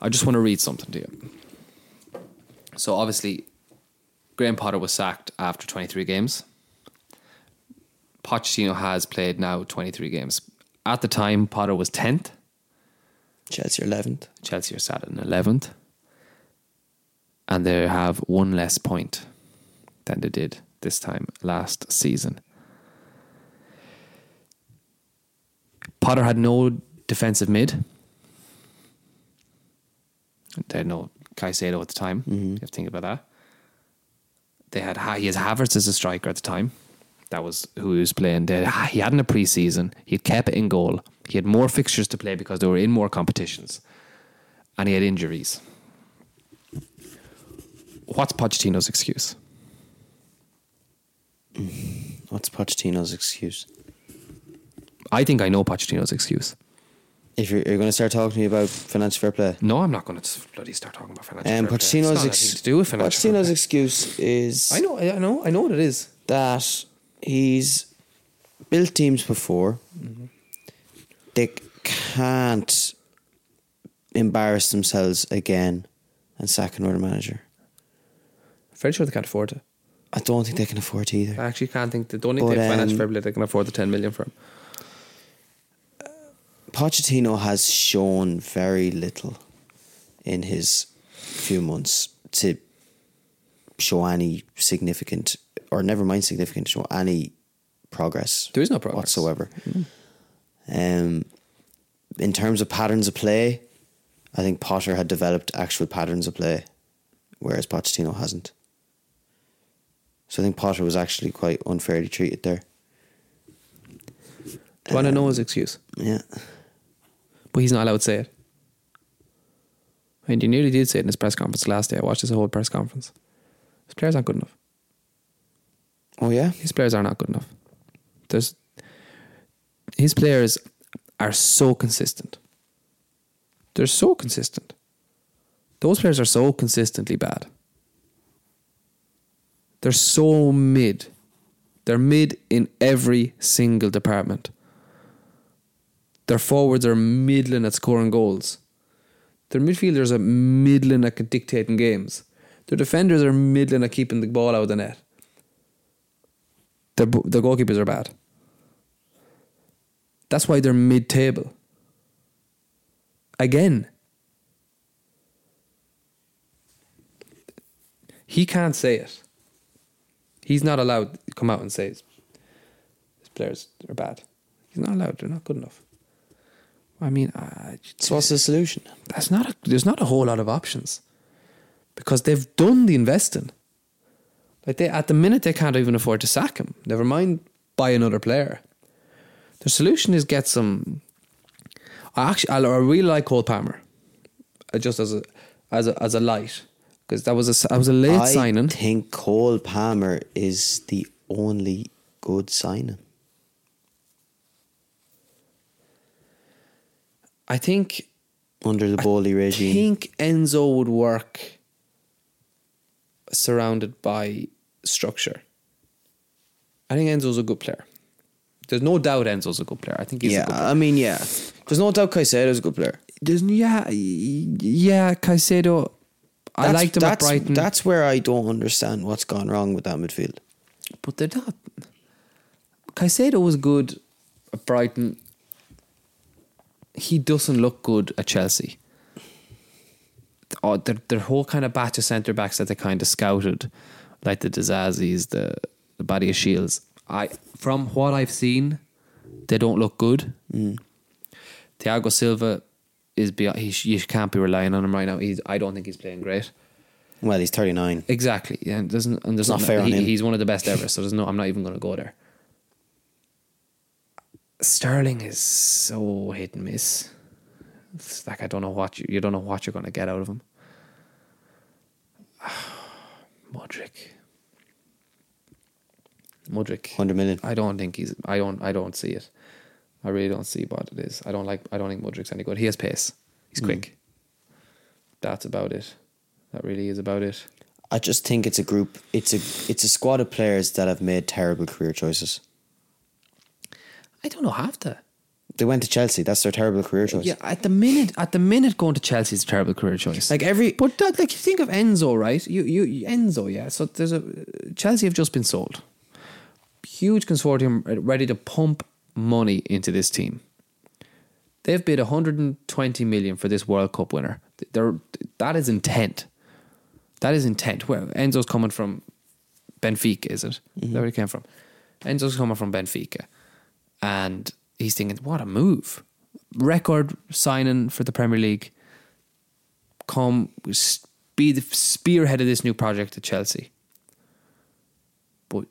Speaker 1: I just want to read something to you. So obviously, Graham Potter was sacked after 23 games. Pochettino has played now 23 games. At the time, Potter was 10th.
Speaker 3: Chelsea are 11th.
Speaker 1: Chelsea are sat in 11th. And they have one less point than they did this time last season. Potter had no defensive mid. They had no Caicedo at the time. You have to think about that. They had Ha- he has Havertz as a striker at the time. That was who he was playing. They, had- he hadn't a preseason. He had kept in goal. He had more fixtures to play because they were in more competitions, and he had injuries. What's Pochettino's excuse?
Speaker 3: What's Pochettino's excuse?
Speaker 1: I think I know Pochettino's excuse.
Speaker 3: If you're, you're going to start talking to me about financial fair play,
Speaker 1: No, I'm not going to bloody start talking about financial.
Speaker 3: um,
Speaker 1: fair play. It's not
Speaker 3: Pochettino's
Speaker 1: anything
Speaker 3: ex-
Speaker 1: to do with financial. fair
Speaker 3: Pochettino's
Speaker 1: play.
Speaker 3: excuse is
Speaker 1: I know, I know, I know what it is.
Speaker 3: that he's built teams before.
Speaker 1: Mm-hmm.
Speaker 3: They can't embarrass themselves again and sack another manager.
Speaker 1: Fairly sure they can't afford it.
Speaker 3: I don't think they can afford it either.
Speaker 1: I actually can't think. They don't think
Speaker 3: But,
Speaker 1: they have financial
Speaker 3: um,
Speaker 1: fair play. They can afford the ten million for him.
Speaker 3: Pochettino has shown very little in his few months to show any significant, or never mind significant, show any progress.
Speaker 1: There is no progress. Hmm.
Speaker 3: whatsoever. Um, in terms of patterns of play, I think Potter had developed actual patterns of play, whereas Pochettino hasn't. So I think Potter was actually quite unfairly treated there.
Speaker 1: Do you want to know his excuse?
Speaker 3: Yeah.
Speaker 1: But he's not allowed to say it. And he nearly did say it in his press conference last day. I watched his whole press conference. His players aren't good enough.
Speaker 3: Oh yeah.
Speaker 1: His players are not good enough. There's his players are so consistent. They're so consistent. Those players are so consistently bad. They're so mid. They're mid in every single department. Their forwards are middling at scoring goals. Their midfielders are middling at dictating games. Their defenders are middling at keeping the ball out of the net. Their, their goalkeepers are bad. That's why they're mid table. Again. He can't say it. He's not allowed to come out and say his his players are bad. He's not allowed. They're not good enough. I mean, I,
Speaker 3: So what's the solution?
Speaker 1: that's not a, there's not a whole lot of options because they've done the investing. Like they at the minute they can't even afford to sack him. Never mind buy another player. The solution is get some. I actually I, I really like Cole Palmer, uh, just as a as a as a light because that was a s- that was a late
Speaker 3: I
Speaker 1: signing.
Speaker 3: think Cole Palmer is the only good signing.
Speaker 1: I think
Speaker 3: Under the Bowley regime,
Speaker 1: think Enzo would work surrounded by structure. I think Enzo's a good player. There's no doubt Enzo's a good player. I think he's
Speaker 3: yeah,
Speaker 1: a good
Speaker 3: I mean, yeah. There's no doubt Caicedo's a good player.
Speaker 1: There's, yeah, yeah, Caicedo. I
Speaker 3: That's-
Speaker 1: liked him at
Speaker 3: that's,
Speaker 1: Brighton.
Speaker 3: That's where I don't understand what's gone wrong with that midfield.
Speaker 1: But they're not. Caicedo was good at Brighton. He doesn't look good at Chelsea. Oh, their, their whole kind of batch of centre backs that they kind of scouted, like the Dizazis, the the Body of Shields. I from what I've seen, they don't look good. Thiago Silva is beyond, he, sh- you can't be relying on him right now. He's I don't think he's playing great.
Speaker 3: Well, he's 39.
Speaker 1: Exactly. Yeah, and doesn't and there's
Speaker 3: It's not fair on
Speaker 1: he-
Speaker 3: him.
Speaker 1: He's one of the best ever, so there's no. I'm not even going to go there. Sterling is so hit and miss. It's like I don't know what you you don't know what you're going to get out of him. Modric. Mudrick.
Speaker 3: 100 million.
Speaker 1: I don't think he's. I don't. I don't see it. I really don't see what it is. I don't like. I don't think Mudrick's any good. He has pace. He's
Speaker 3: Hmm.
Speaker 1: quick. That's about it. That really is about it.
Speaker 3: I just think it's a group. It's a it's a squad of players that have made terrible career choices.
Speaker 1: I don't know half that.
Speaker 3: They went to Chelsea. That's their terrible career choice.
Speaker 1: Yeah, at the minute, at the minute, going to Chelsea is a terrible career choice.
Speaker 3: Like every
Speaker 1: but that, like you think of Enzo, right? You, you, you- Enzo, yeah. So there's a Chelsea have just been sold. Huge consortium ready to pump money into this team. They've bid 120 million for this World Cup winner. They're, that is intent. That is intent. Well, Enzo's coming from Benfica, is it? Is that where he came from? Enzo's coming from Benfica. And he's thinking, what a move. Record signing for the Premier League. Come s- be the spearhead of this new project at Chelsea. But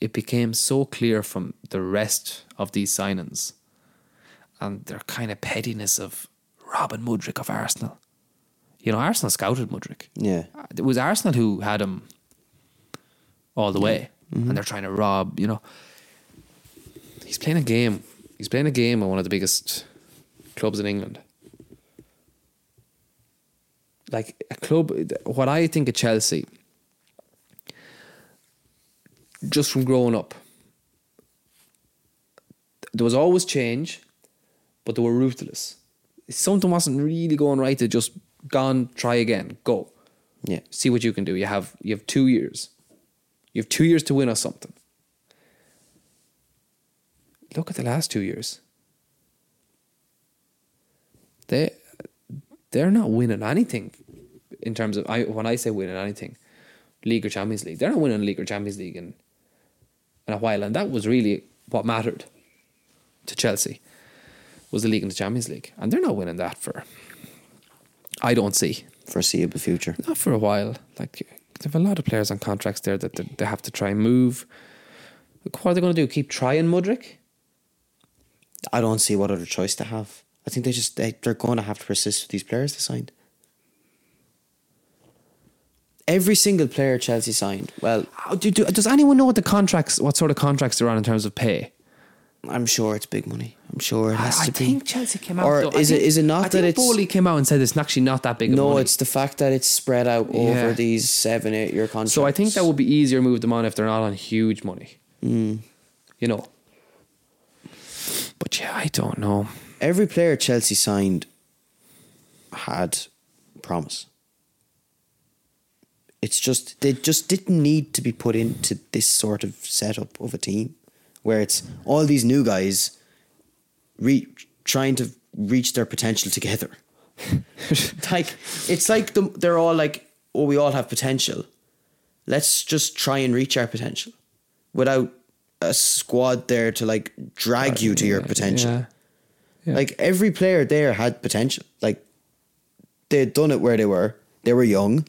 Speaker 1: it became so clear from the rest of these signings and their kind of pettiness of Robin Mudrick of Arsenal. You know, Arsenal scouted Mudrick
Speaker 3: yeah.
Speaker 1: it was Arsenal who had him all the way, and they're trying to rob. You know, he's playing a game. He's playing a game at one of the biggest clubs in England. Like a club, what I think of Chelsea, just from growing up, there was always change, but they were ruthless. If something wasn't really going right, they just gone, try again, go
Speaker 3: Yeah.
Speaker 1: see what you can do. You have you have two years. You have two years to win us something. Look at the last two years. They they're not winning anything in terms of I when I say winning anything, League or Champions League. They're not winning League or Champions League in in a while, and that was really what mattered to Chelsea was the league and the Champions League, and they're not winning that for. I don't see
Speaker 3: Foreseeable future.
Speaker 1: not for a while. Like they have a lot of players on contracts there that they, they have to try and move. Like, What are they going to do? Keep trying Mudrick?
Speaker 3: I don't see what other choice they have. I think they just they, they're going to have to persist with these players they signed. Every single player Chelsea signed. Well,
Speaker 1: How do, do does anyone know what the contracts, what sort of contracts they're on in terms of pay?
Speaker 3: I'm sure it's big money. I'm sure it
Speaker 1: I,
Speaker 3: has
Speaker 1: I
Speaker 3: to be.
Speaker 1: think Chelsea came out.
Speaker 3: Or
Speaker 1: though. I
Speaker 3: is it-
Speaker 1: think-
Speaker 3: is it not
Speaker 1: I
Speaker 3: that
Speaker 1: think
Speaker 3: it's-
Speaker 1: Bowley came out and said it's actually not that big. Of
Speaker 3: no,
Speaker 1: money.
Speaker 3: it's the fact that it's spread out
Speaker 1: Yeah.
Speaker 3: over these seven, eight year contracts.
Speaker 1: so I think that would be easier to move them on if they're not on huge money.
Speaker 3: Hmm.
Speaker 1: You know. But yeah, I don't know.
Speaker 3: every player Chelsea signed had promise. It's just they just didn't need to be put into this sort of setup of a team where it's all these new guys re- trying to reach their potential together. like it's like the, they're all like, oh, we all have potential. Let's just try and reach our potential without a squad there to like drag you to your potential.
Speaker 1: Yeah. Yeah.
Speaker 3: Like every player there had potential. Like they had done it where they were. They were young.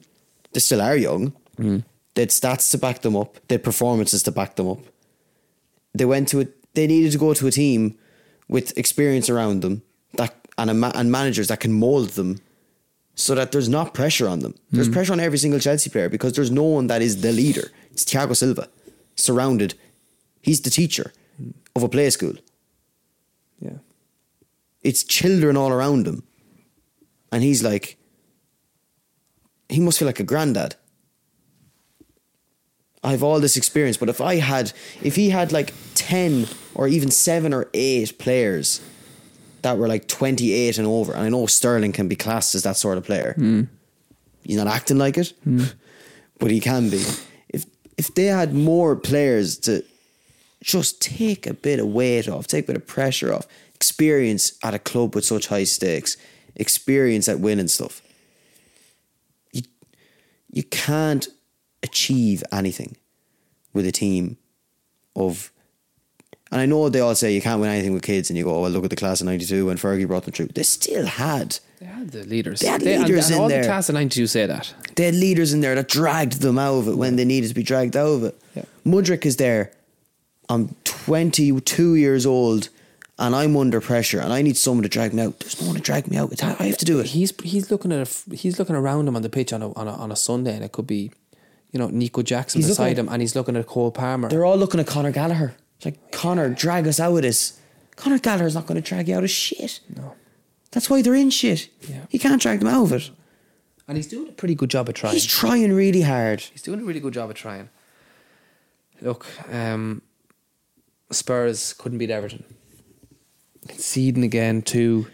Speaker 3: They still are young. They had stats to back them up. They had performances to back them up. They went to a, They needed to go to a team with experience around them that and a ma- and managers that can mold them, so that there's not pressure on them. There's pressure on every single Chelsea player because there's no one that is the leader. It's Thiago Silva, surrounded. He's the teacher of a play school
Speaker 1: Yeah.
Speaker 3: it's children all around him. And he's like, he must feel like a granddad. I have all this experience, but if I had, if he had like 10 or even seven or eight players that were like 28 and over, and I know Sterling can be classed as that sort of player, he's not acting like it, but he can be. If, if they had more players to just take a bit of weight off, take a bit of pressure off. Experience at a club with such high stakes, experience at winning stuff. You, you can't achieve anything with a team of. And I know they all say you can't win anything with kids, and you go, oh, well, look at the class of 92 when Fergie brought them through. They still had.
Speaker 1: They had the leaders.
Speaker 3: They had
Speaker 1: and-
Speaker 3: leaders
Speaker 1: and
Speaker 3: in
Speaker 1: all
Speaker 3: there.
Speaker 1: the class of '92 say that.
Speaker 3: They had leaders in there that dragged them out of it when they needed to be dragged out of it.
Speaker 1: Yeah.
Speaker 3: Mudrick is there. I'm 22 years old and I'm under pressure and I need someone to drag me out. There's no one to drag me out. It's, I have to do it.
Speaker 1: he's he's looking at a, he's looking around him on the pitch on a on a, on a Sunday, and it could be you know, Nico Jackson
Speaker 3: He's
Speaker 1: beside
Speaker 3: looking-
Speaker 1: him and he's looking at Cole Palmer.
Speaker 3: They're all looking at Conor Gallagher. It's like, Conor, drag us out of this. Conor Gallagher's not going to drag you out of shit.
Speaker 1: No.
Speaker 3: That's why they're in shit.
Speaker 1: Yeah.
Speaker 3: He can't drag them out of it.
Speaker 1: And he's doing a pretty good job of trying.
Speaker 3: He's trying really hard.
Speaker 1: He's doing a really good job of trying. Look, um, Spurs couldn't beat Everton. Conceding again to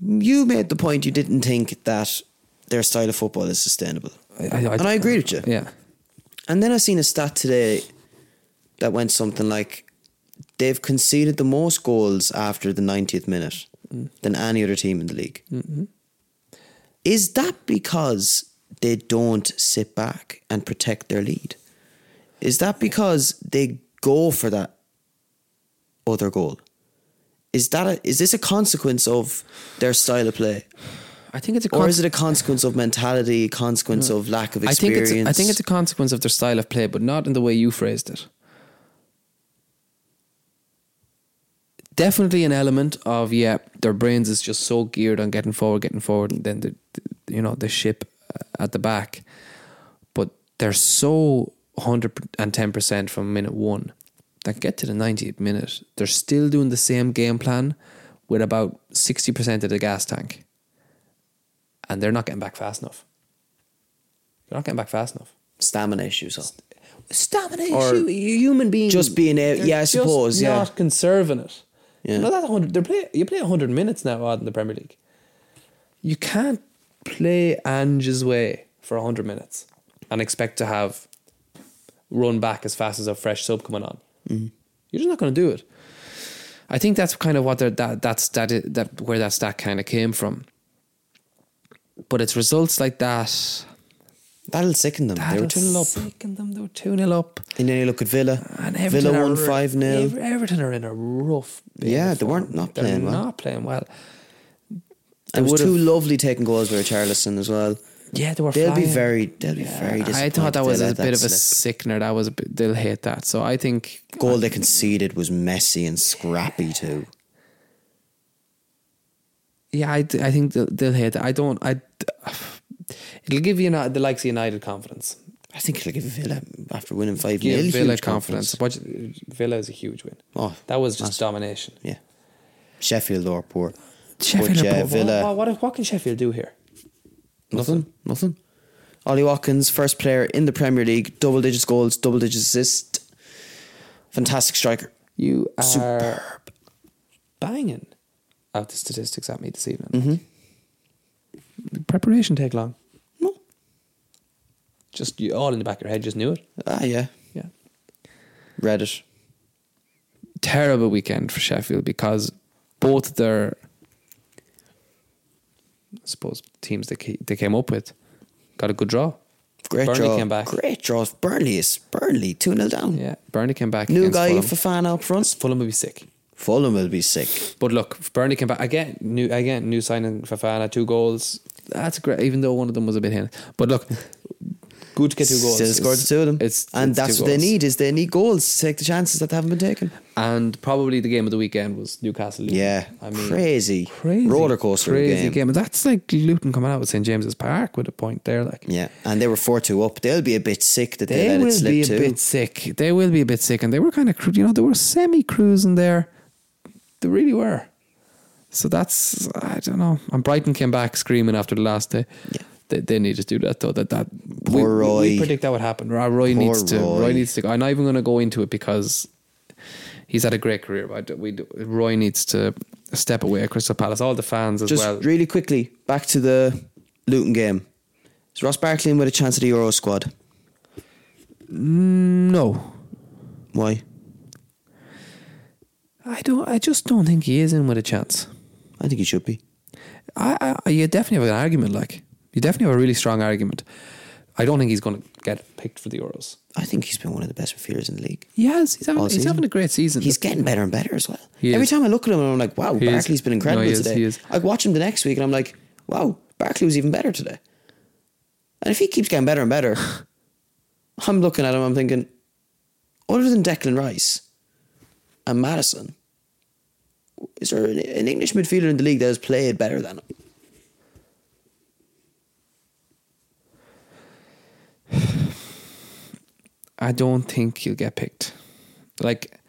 Speaker 3: You made the point you didn't think that their style of football is sustainable. and I agree with you.
Speaker 1: Yeah.
Speaker 3: And then I seen a stat today that went something like they've conceded the most goals after the 90th minute than any other team in the league.
Speaker 1: Mm-hmm.
Speaker 3: Is that because they don't sit back and protect their lead? Is that because they go for that other goal? Is that a, is this a consequence of their style of play,
Speaker 1: I think it's a
Speaker 3: or is it a consequence of mentality, a consequence of lack of
Speaker 1: I think
Speaker 3: experience?
Speaker 1: it's I think it's a consequence of their style of play, but not in the way you phrased it. Definitely an element of yeah, their brains is just so geared on getting forward, getting forward, and then the the- you know the ship uh, at the back, but they're so hundred and ten percent from minute one that get to the 90th minute, they're still doing the same game plan with about sixty percent of the gas tank, and they're not getting back fast enough. They're not getting back fast enough.
Speaker 3: stamina issues. Though.
Speaker 1: Stamina
Speaker 3: Or
Speaker 1: issue, you human being.
Speaker 3: just being a-
Speaker 1: They're
Speaker 3: yeah, I
Speaker 1: just
Speaker 3: suppose, yeah.
Speaker 1: Not conserving it.
Speaker 3: Yeah.
Speaker 1: You know that 100 they play you play 100 minutes now Odd, in the Premier League. You can't play Ange's way for 100 minutes and expect to have run back as fast as a fresh sub coming on.
Speaker 3: Mm-hmm.
Speaker 1: You're just not going to do it. I think that's kind of what they're, that that's that, i- that where that stat kind of came from. But it's results like that.
Speaker 3: That'll sicken them. they were 2 0 up.
Speaker 1: Taking them, they were 2 0 up.
Speaker 3: And then you look at Villa.
Speaker 1: And Everton
Speaker 3: Villa
Speaker 1: are-
Speaker 3: won 5 0.
Speaker 1: Ever- Everton are in a rough. bit
Speaker 3: Yeah,
Speaker 1: of
Speaker 3: they weren't
Speaker 1: form.
Speaker 3: not
Speaker 1: They're
Speaker 3: playing well.
Speaker 1: Not playing well.
Speaker 3: It was
Speaker 1: would've-
Speaker 3: two lovely taking goals by Richarlison as well.
Speaker 1: Yeah, they were.
Speaker 3: They'll be
Speaker 1: flying.
Speaker 3: very, they'll be
Speaker 1: Yeah,
Speaker 3: very disappointed.
Speaker 1: I thought that
Speaker 3: they
Speaker 1: was a
Speaker 3: let
Speaker 1: bit
Speaker 3: that
Speaker 1: of a
Speaker 3: slip.
Speaker 1: sickener. That was a bit. They'll hate that. So I think
Speaker 3: goal they conceded was messy and scrappy too.
Speaker 1: Yeah, I, d- I think they'll, they'll hate that. I don't. I. It'll give you the likes of United confidence.
Speaker 3: I think it'll give Villa after winning five 0
Speaker 1: Give Villa confidence. Watch- Villa is a huge win.
Speaker 3: Oh,
Speaker 1: That was just
Speaker 3: massive.
Speaker 1: domination.
Speaker 3: yeah. Sheffield or poor.
Speaker 1: Sheffield,
Speaker 3: But,
Speaker 1: are
Speaker 3: uh,
Speaker 1: poor.
Speaker 3: Villa-
Speaker 1: What, what, what can Sheffield do here?
Speaker 3: Nothing. Nothing. Ollie Watkins, first player in the Premier League, double digits goals, double digits assist. Fantastic striker.
Speaker 1: You are banging out the statistics at me this evening. Did preparation take long?
Speaker 3: No.
Speaker 1: Just you all in the back of your head just knew it.
Speaker 3: Ah, yeah.
Speaker 1: Yeah.
Speaker 3: Read it.
Speaker 1: Terrible weekend for Sheffield because both their I suppose teams they ca- they came up with got a good draw.
Speaker 3: Great
Speaker 1: Burnley
Speaker 3: draw.
Speaker 1: came back.
Speaker 3: Great draw. Burnley is Burnley 2 0 down.
Speaker 1: Yeah, Burnley came back.
Speaker 3: New
Speaker 1: against
Speaker 3: guy
Speaker 1: Fulham.
Speaker 3: Fafana up front.
Speaker 1: Fulham would be sick.
Speaker 3: Fulham will be sick.
Speaker 1: But look, Burnley came back again. New again, new signing Fafana, two goals. That's great. Even though one of them was a bit hidden, but look, good to get two goals.
Speaker 3: Still scored the two of them.
Speaker 1: It's
Speaker 3: and
Speaker 1: it's
Speaker 3: that's
Speaker 1: two
Speaker 3: what they
Speaker 1: goals.
Speaker 3: need is they need goals to take the chances that they haven't been taken.
Speaker 1: And probably the game of the weekend was Newcastle. Luton.
Speaker 3: Yeah.
Speaker 1: I mean,
Speaker 3: crazy.
Speaker 1: crazy
Speaker 3: Roller coaster of a
Speaker 1: crazy
Speaker 3: game.
Speaker 1: And That's like Luton coming out with St James's Park with a point there. Like
Speaker 3: Yeah. And they were 4 2 up. They'll be a bit sick that they,
Speaker 1: they
Speaker 3: let it
Speaker 1: will
Speaker 3: slip
Speaker 1: be a
Speaker 3: too.
Speaker 1: bit sick. They will be a bit sick, and they were kind of cru- you know they were semi cruising there. They really were. So that's I don't know. And Brighton came back screaming after the last day.
Speaker 3: Yeah.
Speaker 1: They, they need to do that though. That that we-
Speaker 3: Poor
Speaker 1: we,
Speaker 3: Roy.
Speaker 1: we predict that would happen. Roy, Roy
Speaker 3: Poor
Speaker 1: needs to. Roy.
Speaker 3: Roy.
Speaker 1: needs to. I'm not even going to go into it because he's had a great career. But I do- we do- Roy needs to step away at Crystal Palace. All the fans as
Speaker 3: Just
Speaker 1: well.
Speaker 3: really quickly, back to the Luton game. Is Ross Barkley in with a chance of the Euro squad?
Speaker 1: no,
Speaker 3: Why?
Speaker 1: I don't. I just don't think he is in with a chance.
Speaker 3: I think he should be.
Speaker 1: I, I you definitely have an argument. Like you definitely have a really strong argument. I don't think he's going to get picked for the Euros.
Speaker 3: I think he's been one of the best midfielders in the league.
Speaker 1: He has. He's having,
Speaker 3: All
Speaker 1: he's
Speaker 3: season.
Speaker 1: having a great season.
Speaker 3: He's getting better and better as well.
Speaker 1: He
Speaker 3: Every
Speaker 1: is.
Speaker 3: time I look at him, I'm like, wow,
Speaker 1: He is.
Speaker 3: Barkley's been incredible
Speaker 1: No, he is,
Speaker 3: today.
Speaker 1: he is.
Speaker 3: I watch him the next week and I'm like, wow, Barkley was even better today. And if he keeps getting better and better, I'm looking at him, I'm thinking, other than Declan Rice and Madison, is there an, an English midfielder in the league that has played better than him?
Speaker 1: I don't think he'll get picked. Like,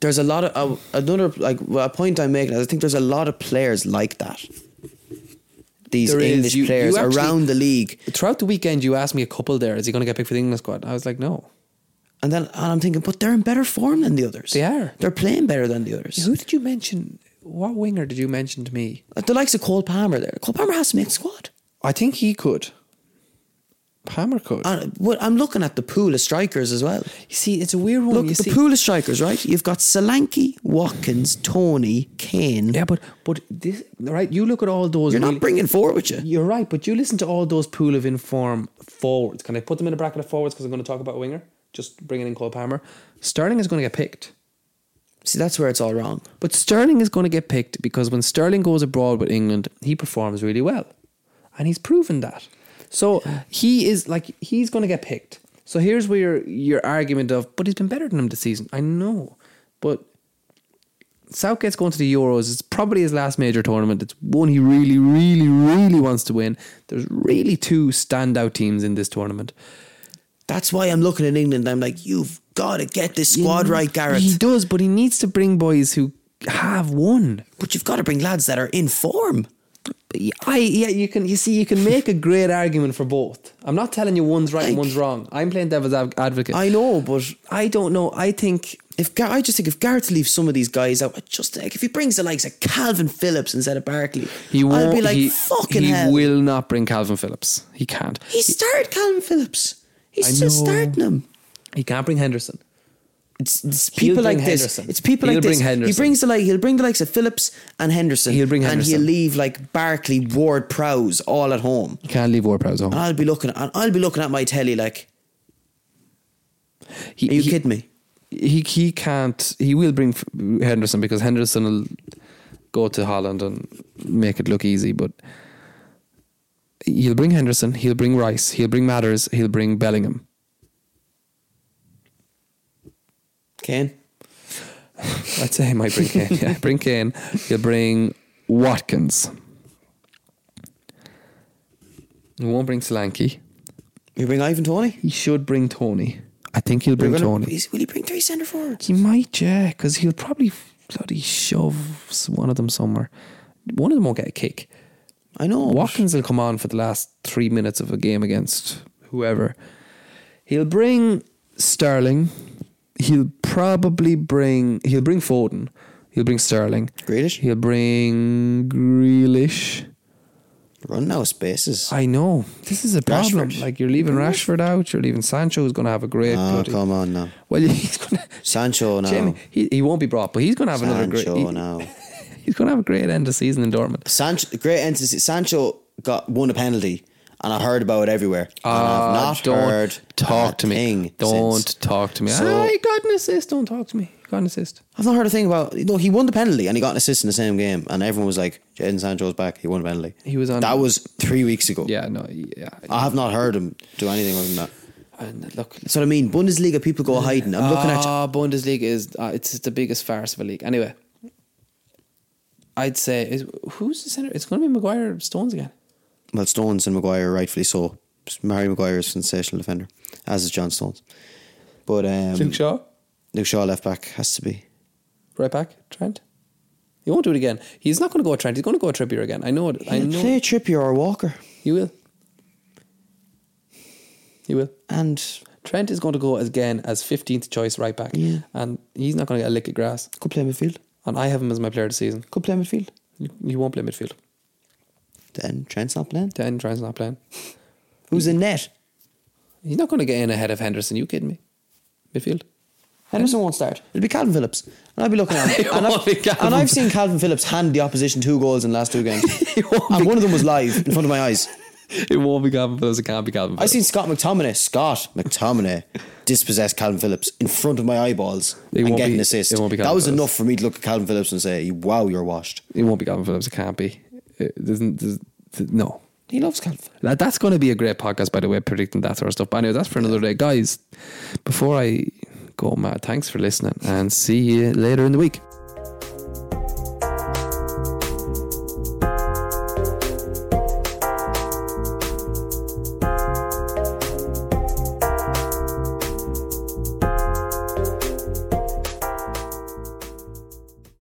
Speaker 3: There's a lot of uh, another like well, a point I'm making. is I think there's a lot of players like that. These
Speaker 1: There is.
Speaker 3: English
Speaker 1: You- you
Speaker 3: players
Speaker 1: actually-
Speaker 3: around the league,
Speaker 1: throughout the weekend, you asked me a couple there, is he going to get picked for the England squad? I was like, no.
Speaker 3: and then and I'm thinking, but they're in better form than the others.
Speaker 1: They are.
Speaker 3: They're playing better than the others.
Speaker 1: Who did you mention? What winger did you mention to me?
Speaker 3: Like, The likes of Cole Palmer, there. Cole Palmer has to make the squad.
Speaker 1: I think he could. Palmer could.
Speaker 3: And what I'm looking at the pool of strikers as well.
Speaker 1: you see, it's a weird one.
Speaker 3: Look,
Speaker 1: you
Speaker 3: the
Speaker 1: see,
Speaker 3: pool of strikers, right? You've got Solanke, Watkins, Tony, Kane.
Speaker 1: yeah, but but this right. You look at all those.
Speaker 3: You're
Speaker 1: really-
Speaker 3: not bringing four with you.
Speaker 1: You're right, but you listen to all those pool of inform forwards. Can I put them in a bracket of forwards because I'm going to talk about winger? Just bringing in Cole Palmer. Sterling is going to get picked.
Speaker 3: See, that's where it's all wrong.
Speaker 1: But Sterling is going to get picked because when Sterling goes abroad with England, he performs really well. And he's proven that. So he is like, he's going to get picked. So here's where your, your argument of, but he's been better than him this season. I know. But Southgate's going to the Euros. It's probably his last major tournament. It's one he really, really, really wants to win. There's really two standout teams in this tournament.
Speaker 3: That's why I'm looking at England. I'm like, you've got to get this squad right,
Speaker 1: He
Speaker 3: Gareth.
Speaker 1: does, but he needs to bring boys who have won.
Speaker 3: But you've got to bring lads that are in form.
Speaker 1: I yeah, you can you see you can make a great argument for both. I'm not telling you one's right and
Speaker 3: Like-
Speaker 1: one's wrong. I'm playing devil's adv- advocate.
Speaker 3: I know, but
Speaker 1: I don't know. I think
Speaker 3: if Gar- I just think if Gareth leaves some of these guys out, I just like if he brings the likes of Calvin Phillips instead of Barkley,
Speaker 1: he won't.
Speaker 3: I'll be like,
Speaker 1: he,
Speaker 3: fucking
Speaker 1: he
Speaker 3: hell.
Speaker 1: will not bring Calvin Phillips. He can't.
Speaker 3: He started Calvin Phillips. He's
Speaker 1: I
Speaker 3: still
Speaker 1: know.
Speaker 3: starting him.
Speaker 1: He can't bring Henderson.
Speaker 3: It's, it's people
Speaker 1: bring
Speaker 3: like this.
Speaker 1: Henderson.
Speaker 3: It's people
Speaker 1: He'll
Speaker 3: like this.
Speaker 1: bring Henderson.
Speaker 3: He brings the like. He'll bring the likes of Phillips and Henderson.
Speaker 1: He'll bring
Speaker 3: and
Speaker 1: Henderson.
Speaker 3: he'll leave like Barkley, Ward, Prowse all at home.
Speaker 1: He can't leave Ward-Prowse at
Speaker 3: And
Speaker 1: home.
Speaker 3: I'll be looking. And I'll be looking at my telly like,
Speaker 1: He,
Speaker 3: are you
Speaker 1: he-
Speaker 3: kidding me?
Speaker 1: He he can't. He will bring F- Henderson because Henderson will go to Holland and make it look easy. But he'll bring Henderson. He'll bring Rice. He'll bring Matters. He'll bring Bellingham.
Speaker 3: Kane.
Speaker 1: I'd say he might bring Kane. Yeah, bring Kane. He'll bring Watkins. He won't bring Solanke.
Speaker 3: You bring Ivan Tony.
Speaker 1: He should bring Tony. I think he'll
Speaker 3: You're
Speaker 1: bring
Speaker 3: gonna-
Speaker 1: Tony.
Speaker 3: is- Will he bring three centre forwards?
Speaker 1: He might, yeah, because he'll probably bloody shove s- one of them somewhere. One of them won't get a kick.
Speaker 3: I
Speaker 1: Oh,
Speaker 3: know. but
Speaker 1: Watkins will come on for the last three minutes of a game against whoever. He'll bring Sterling. He'll probably bring. He'll bring Foden. He'll bring Sterling.
Speaker 3: Grealish?
Speaker 1: He'll bring Grealish.
Speaker 3: Run out of spaces.
Speaker 1: I know this is a problem.
Speaker 3: Rashford.
Speaker 1: Like you're leaving Rashford out. You're leaving Sancho, who's going to have a great.
Speaker 3: Oh,
Speaker 1: bloody-
Speaker 3: come on now.
Speaker 1: Well, he's going to.
Speaker 3: Sancho now.
Speaker 1: Jamie, he, he won't be brought, but he's going to have another great.
Speaker 3: Sancho
Speaker 1: he-
Speaker 3: now.
Speaker 1: He's going to have a great end of season in Dortmund.
Speaker 3: Sancho, great entity. Sancho got won a penalty, and I heard about it everywhere. and
Speaker 1: Ah,
Speaker 3: I've not
Speaker 1: don't
Speaker 3: heard
Speaker 1: talk
Speaker 3: a
Speaker 1: to me.
Speaker 3: thing
Speaker 1: Don't
Speaker 3: since.
Speaker 1: talk to me.
Speaker 3: So-
Speaker 1: I got an assist. Don't talk to me. Got an assist.
Speaker 3: I've not heard a thing about. No, he won the penalty and he got an assist in the same game, and everyone was like, "Jadon Sancho's back. He won a penalty."
Speaker 1: He was on-
Speaker 3: That was three weeks ago.
Speaker 1: Yeah, no, yeah.
Speaker 3: I have not heard him do anything other than that.
Speaker 1: And look,
Speaker 3: That's what I mean. Bundesliga people go hiding. I'm looking at.
Speaker 1: Ah, Bundesliga is uh, it's the biggest farce of a league. Anyway, I'd say is, who's the center? It's going to be Maguire Stones again.
Speaker 3: Well, Stones and Maguire, rightfully so. Harry Maguire is a sensational defender, as is John Stones. But um,
Speaker 1: Luke Shaw,
Speaker 3: Luke Shaw left back has to be.
Speaker 1: right back. Trent. He won't do it again. He's not going to go at Trent. He's going to go at Trippier again. I know it. I
Speaker 3: He'll
Speaker 1: know
Speaker 3: Play Trippier or Walker,
Speaker 1: he will. He will.
Speaker 3: and
Speaker 1: Trent is going to go again as fifteenth choice right back.
Speaker 3: Yeah.
Speaker 1: and he's not going to get a lick of grass.
Speaker 3: could play midfield.
Speaker 1: And I have him as my player of the season.
Speaker 3: Could play midfield.
Speaker 1: You, you won't play midfield.
Speaker 3: Then Trent's not playing.
Speaker 1: Ten Trent's not playing.
Speaker 3: Who's in net?
Speaker 1: He's not going to get in ahead of Henderson. You kidding me? Midfield.
Speaker 3: Henderson won't start. It'll be Calvin Phillips. And I'll be looking at him.
Speaker 1: It
Speaker 3: and,
Speaker 1: won't be
Speaker 3: I've,
Speaker 1: Calvin.
Speaker 3: and I've seen Calvin Phillips hand the opposition two goals in the last two games. and one of them was live in front of my eyes.
Speaker 1: It won't be Calvin Phillips. It can't be Calvin
Speaker 3: I
Speaker 1: Phillips.
Speaker 3: seen Scott McTominay, Scott McTominay, dispossess Calvin Phillips in front of my eyeballs
Speaker 1: It
Speaker 3: and
Speaker 1: won't
Speaker 3: get
Speaker 1: be-
Speaker 3: an assist.
Speaker 1: it won't be
Speaker 3: that
Speaker 1: Calvin
Speaker 3: was
Speaker 1: Phillips.
Speaker 3: enough for me to look at Calvin Phillips and say, wow, you're washed.
Speaker 1: It won't be Calvin Phillips. It can't be. It doesn't. does no.
Speaker 3: He loves Calvin Phillips.
Speaker 1: That, that's going to be a great podcast, by the way, predicting that sort of stuff. But anyway, that's for another day, guys. Before I go mad, thanks for listening, and see you later in the week.